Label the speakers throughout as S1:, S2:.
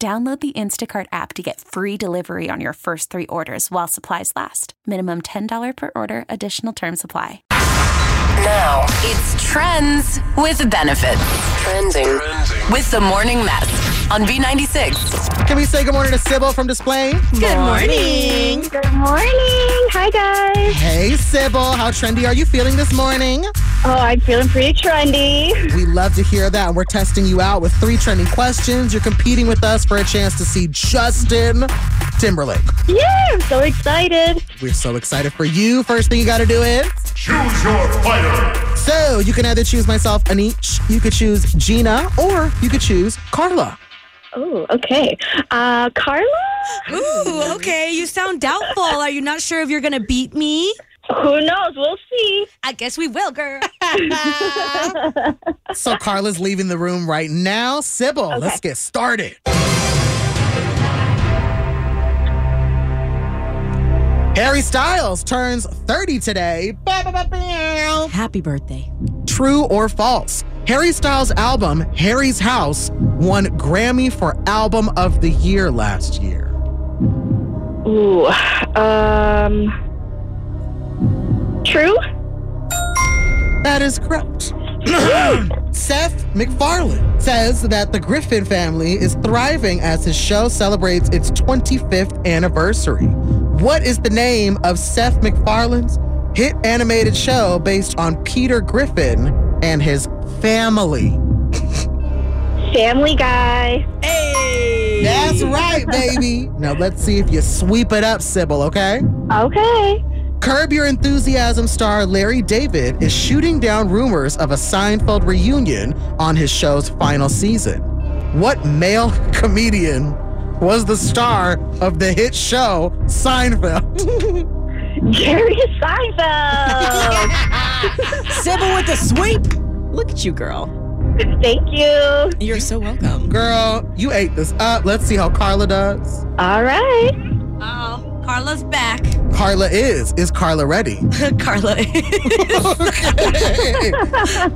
S1: Download the Instacart app to get free delivery on your first three orders while supplies last. Minimum $10 per order, additional term supply.
S2: Now it's trends with benefits. Trending, with the morning mess on B96.
S3: Can we say good morning to Sybil from Display?
S2: Good morning.
S4: Good morning. Hi, guys.
S3: Hey, Sybil, how trendy are you feeling this morning?
S4: Oh, I'm feeling pretty trendy.
S3: We love to hear that, and we're testing you out with three trending questions. You're competing with us for a chance to see Justin Timberlake.
S4: Yeah, I'm so excited.
S3: We're so excited for you. First thing you got to do is
S5: Choose your fighter.
S3: so you can either choose myself and each, you could choose Gina, or you could choose Carla.
S4: Oh, okay. Uh, Carla?
S6: Ooh, okay. You sound doubtful. Are you not sure if you're going to beat me?
S4: Who knows? We'll see.
S6: I guess we will, girl.
S3: So Carla's leaving the room right now. Sybil, let's get started. Harry Styles turns 30 today. Ba-ba-ba-bow.
S6: Happy birthday.
S3: True or false? Harry Styles' album, Harry's House, won Grammy for Album of the Year last year.
S4: Ooh, um, true?
S3: That is correct. Seth MacFarlane says that the Griffin family is thriving as his show celebrates its 25th anniversary. What is the name of Seth MacFarlane's hit animated show based on Peter Griffin and his family?
S4: Family Guy.
S6: Hey.
S3: That's right, baby. Now let's see if you sweep it up, Sybil, okay?
S4: Okay.
S3: Curb Your Enthusiasm star Larry David is shooting down rumors of a Seinfeld reunion on his show's final season. What male comedian was the star of the hit show Seinfeld?
S4: Jerry Seinfeld.
S6: Sybil with the sweep. Look at you, girl.
S4: Thank you.
S6: You're so welcome.
S3: Girl, you ate this up. Let's see how Carla does.
S4: All right.
S6: Oh, Carla's back.
S3: Carla is. Is Carla ready?
S6: Carla.
S3: Okay.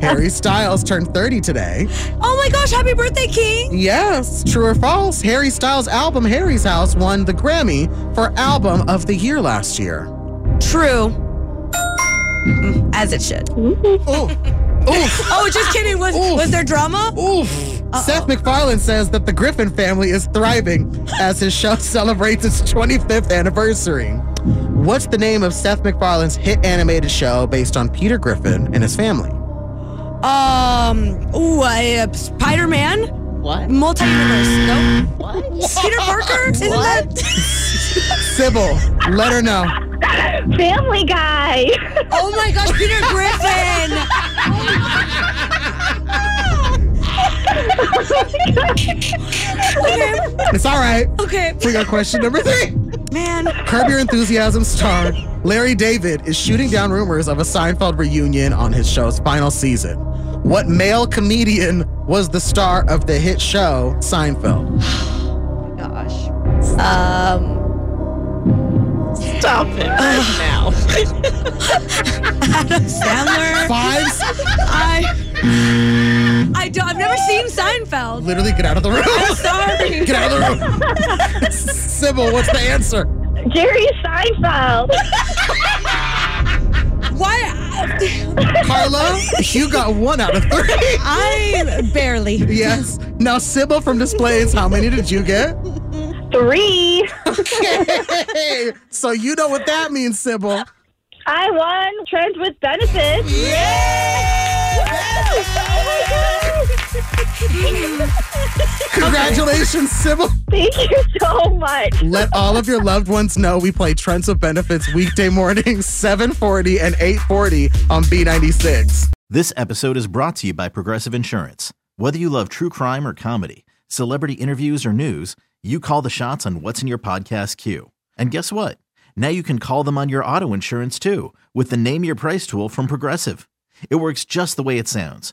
S3: Harry Styles turned 30 today.
S6: oh my gosh, happy birthday, King.
S3: Yes, true or false, Harry Styles' album Harry's House won the Grammy for Album of the Year last year.
S6: True. Mm, As it should.
S3: Ooh. Oof.
S6: Oh, just kidding. Was,
S3: Oof.
S6: was there drama?
S3: Oof. Seth MacFarlane says that the Griffin family is thriving as his show celebrates its 25th anniversary. What's the name of Seth MacFarlane's hit animated show based on Peter Griffin and his family?
S6: Um, ooh, I, uh, Spider Man?
S3: What?
S6: Multi universe. Nope. What? Peter Parker? Isn't that.
S3: Sybil, let her know.
S4: Family Guy.
S6: Oh my gosh, Peter Griffin! okay,
S3: It's all right.
S6: okay,
S3: We got question number three.
S6: man.
S3: Curb Your Enthusiasm star Larry David is shooting down rumors of a Seinfeld reunion on his show's final season. What male comedian was the star of the hit show Seinfeld?
S6: Gosh. Um. Stop it now. Adam Sandler.
S3: Five.
S6: I. I don't. I've never seen Seinfeld.
S3: Literally, get out of the room.
S6: Sorry.
S3: Get out of the room. Sybil, what's the answer?
S4: Jerry Seinfeld.
S6: Why?
S3: Carla, you got one out of three.
S6: I barely.
S3: Yes. Now, Sybil from Displays, how many did you get?
S4: Three.
S3: Okay. So you know what that means, Sybil.
S4: I won Trends with Benefits.
S3: Congratulations, Sybil.
S4: Thank you so much.
S3: Let all of your loved ones know we play Trends of Benefits weekday mornings, 740 and 840 on B96.
S7: This episode is brought to you by Progressive Insurance. Whether you love true crime or comedy, celebrity interviews or news, you call the shots on what's in your podcast queue. And guess what? Now you can call them on your auto insurance too with the Name Your Price tool from Progressive. It works just the way it sounds.